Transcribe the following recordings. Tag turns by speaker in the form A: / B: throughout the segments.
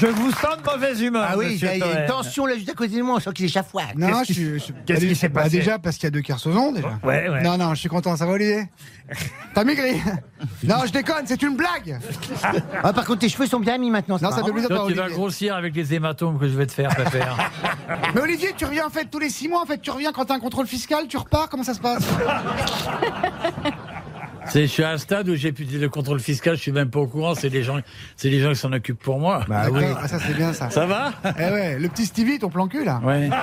A: Je vous sens de mauvaise humeur.
B: Ah oui, il y
A: monsieur
B: a il y a
A: Toen.
B: une tension là juste à côté de moi, on sent qu'il échafouade.
C: Non, je
A: Qu'est-ce qui-
C: suis. je suis-
A: qu'est-ce
C: bah,
A: qui s'est
C: bah,
A: passé
C: Déjà, parce qu'il y a deux Kersozon, déjà.
A: Ouais, ouais.
C: Non, non, je suis content, ça va, Olivier T'as maigri Non, je déconne, c'est une blague
B: Ah, par contre, tes cheveux sont bien mis maintenant. c'est
C: Non, ça
B: marrant.
C: fait plaisir de
D: Toi,
C: voir
D: tu vas
C: Olivier.
D: grossir avec les hématomes que je vais te faire, Pépère.
C: Mais Olivier, tu reviens en fait tous les six mois, en fait, tu reviens quand t'as un contrôle fiscal, tu repars, comment ça se passe
D: C'est, je suis à un stade où j'ai plus le contrôle fiscal, je suis même pas au courant, c'est les gens, c'est les gens qui s'en occupent pour moi.
C: D'accord, ah, ça c'est bien ça.
D: Ça va
C: Eh ouais, le petit Stevie, ton plan cul là.
D: Ouais.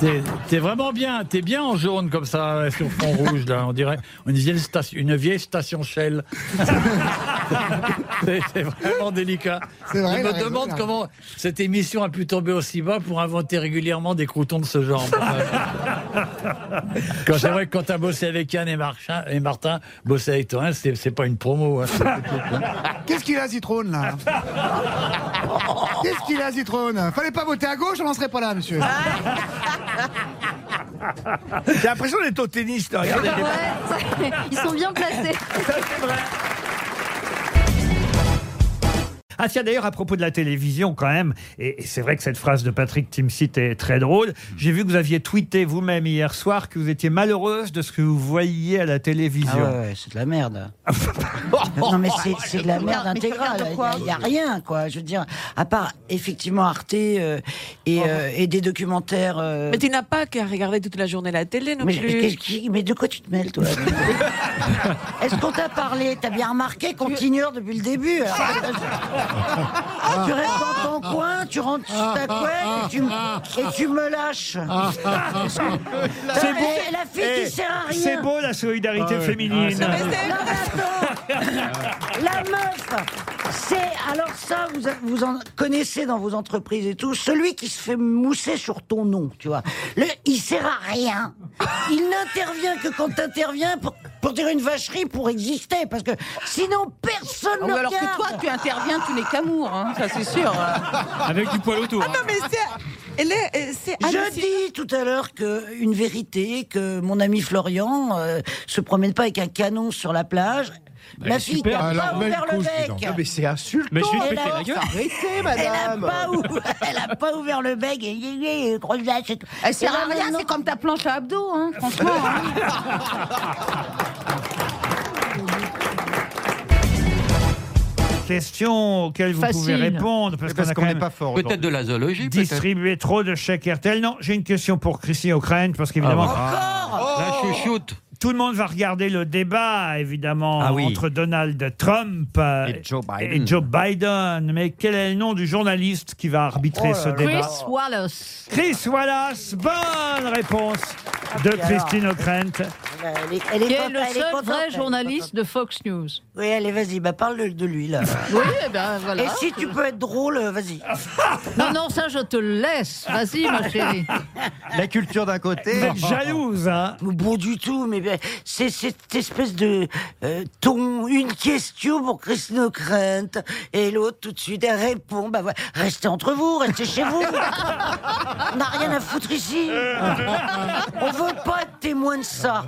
D: T'es- T'es vraiment bien, t'es bien en jaune comme ça, euh, sur fond rouge, là, on dirait une vieille station, une vieille station Shell. C'est- c'est vraiment délicat.
C: C'est vrai, il
D: Je
C: a
D: me
C: raison,
D: demande
C: là.
D: comment cette émission a pu tomber aussi bas pour inventer régulièrement des croutons de ce genre. quand c'est vrai que quand t'as bossé avec Yann et, Marchin- et Martin, bosser avec toi, hein, c'est c'est pas une promo. hein.
C: Qu'est-ce qu'il a Zitrone là Qu'est-ce qu'il a Zitrone Fallait pas voter à gauche, on n'en serait pas là, monsieur.
A: J'ai l'impression d'être au tennis. là, Regardez.
E: Ouais, ça- ils sont bien placés.
A: Ah tiens, d'ailleurs, à propos de la télévision, quand même, et, et c'est vrai que cette phrase de Patrick Timsit est très drôle,
B: Mm.
A: j'ai vu que vous aviez tweeté vous-même hier soir que vous étiez malheureuse de ce que vous voyiez à la
F: Ah
A: télévision.
F: ouais, ouais, c'est de la merde. non mais c'est- c'est de la merde
E: Mais tu
F: intégrale.
E: regardes quoi
F: Il n'y a, rien quoi. Je veux dire, à part effectivement Arte euh, et, euh, et des documentaires. euh,
G: Mais tu n'as pas qu'à regarder toute la journée la télé non
F: mais, mais
G: plus.
F: qu'est-ce qui- mais de quoi tu te mêles toi Est-ce qu'on t'a parlé T'as bien remarqué qu'on t'ignore depuis le début. alors.
A: Ah.
F: tu restes dans ton coin, tu rentres sous ta
A: Ah,
F: couette et tu, me- et tu me lâches.
A: C'est beau.
F: Et La fille
A: Eh,
F: qui sert à rien.
A: C'est beau la
B: Ah
A: solidarité féminine.
G: Mais c'est-
F: Non, mais attends La meuf C'est... Alors ça, vous, vous en connaissez dans vos entreprises et tout, celui qui se fait mousser sur ton nom, tu vois. Le, il sert à rien. Il n'intervient que quand t'interviens pour, pour dire une vacherie, pour exister, parce que sinon personne
G: Ah
F: ne
G: oui, alors que
F: regarde.
G: toi, tu interviens tous les camours, hein, ça c'est sûr.
D: Avec du poil autour.
G: Ah non, mais c'est. Elle est. euh, c'est
F: Je
G: hallucinant.
F: dis tout à l'heure que une vérité, que mon ami Florian euh, se promène pas avec un canon sur la plage. la fille
H: Bah, super. Ah,
F: n'a
H: Elle
F: pas
H: leur met
F: ouvert
H: le
F: le
H: couche, dis donc.
F: bec.
H: Ah, mais
F: c'est insultant.
H: Mais je vais te
F: elle,
H: péter la
F: a,
H: gueule.
B: Arrêtez,
F: elle a pas ou- elle a pas ouvert le bec et yé, yé, grosse vache et tout.
E: Elle sert
F: Et là,
E: à rien,
F: maintenant-
E: c'est comme ta planche à abdos, hein, franchement. hein.
A: Question auxquelles vous
E: Facile.
A: pouvez répondre parce, qu'on a quand même
H: fort.
I: Peut-être de la zoologie, peut-être.
A: distribué trop de chèques RTL. Non, j'ai une question pour Christine O'Krent parce qu'évidemment,
H: Ah,
I: La chouchoute.
A: tout le monde va regarder le débat, évidemment,
H: Ah oui.
A: entre Donald Trump euh,
H: Et Joe Biden.
A: et Joe Biden. Mais quel est le nom du journaliste qui va
H: Oh
A: arbitrer ce débat
E: Chris Wallace.
A: Chris Wallace, bonne réponse de
F: puis
A: Christine O'Krent.
F: Elle est, elle est
E: Qui est
F: contente,
E: le
F: elle est
E: seul
F: contente,
E: vrai
F: elle est
E: journaliste de Fox News.
F: contente. Oui, allez, vas-y, bah parle de, de lui là.
E: Oui, eh ben voilà.
F: et si tu peux être drôle, euh, vas-y.
E: Non, non, ça je te le laisse. Vas-y, ma chérie.
H: La culture d'un côté.
A: Vous êtes jalouse, hein
F: Bon du tout, mais ben, c'est cette espèce de euh, ton, une question pour Christine O'Krent, et l'autre tout de suite elle répond, bah ouais, restez entre vous, restez chez vous. On n'a rien à foutre ici. On veut pas être témoin de ça.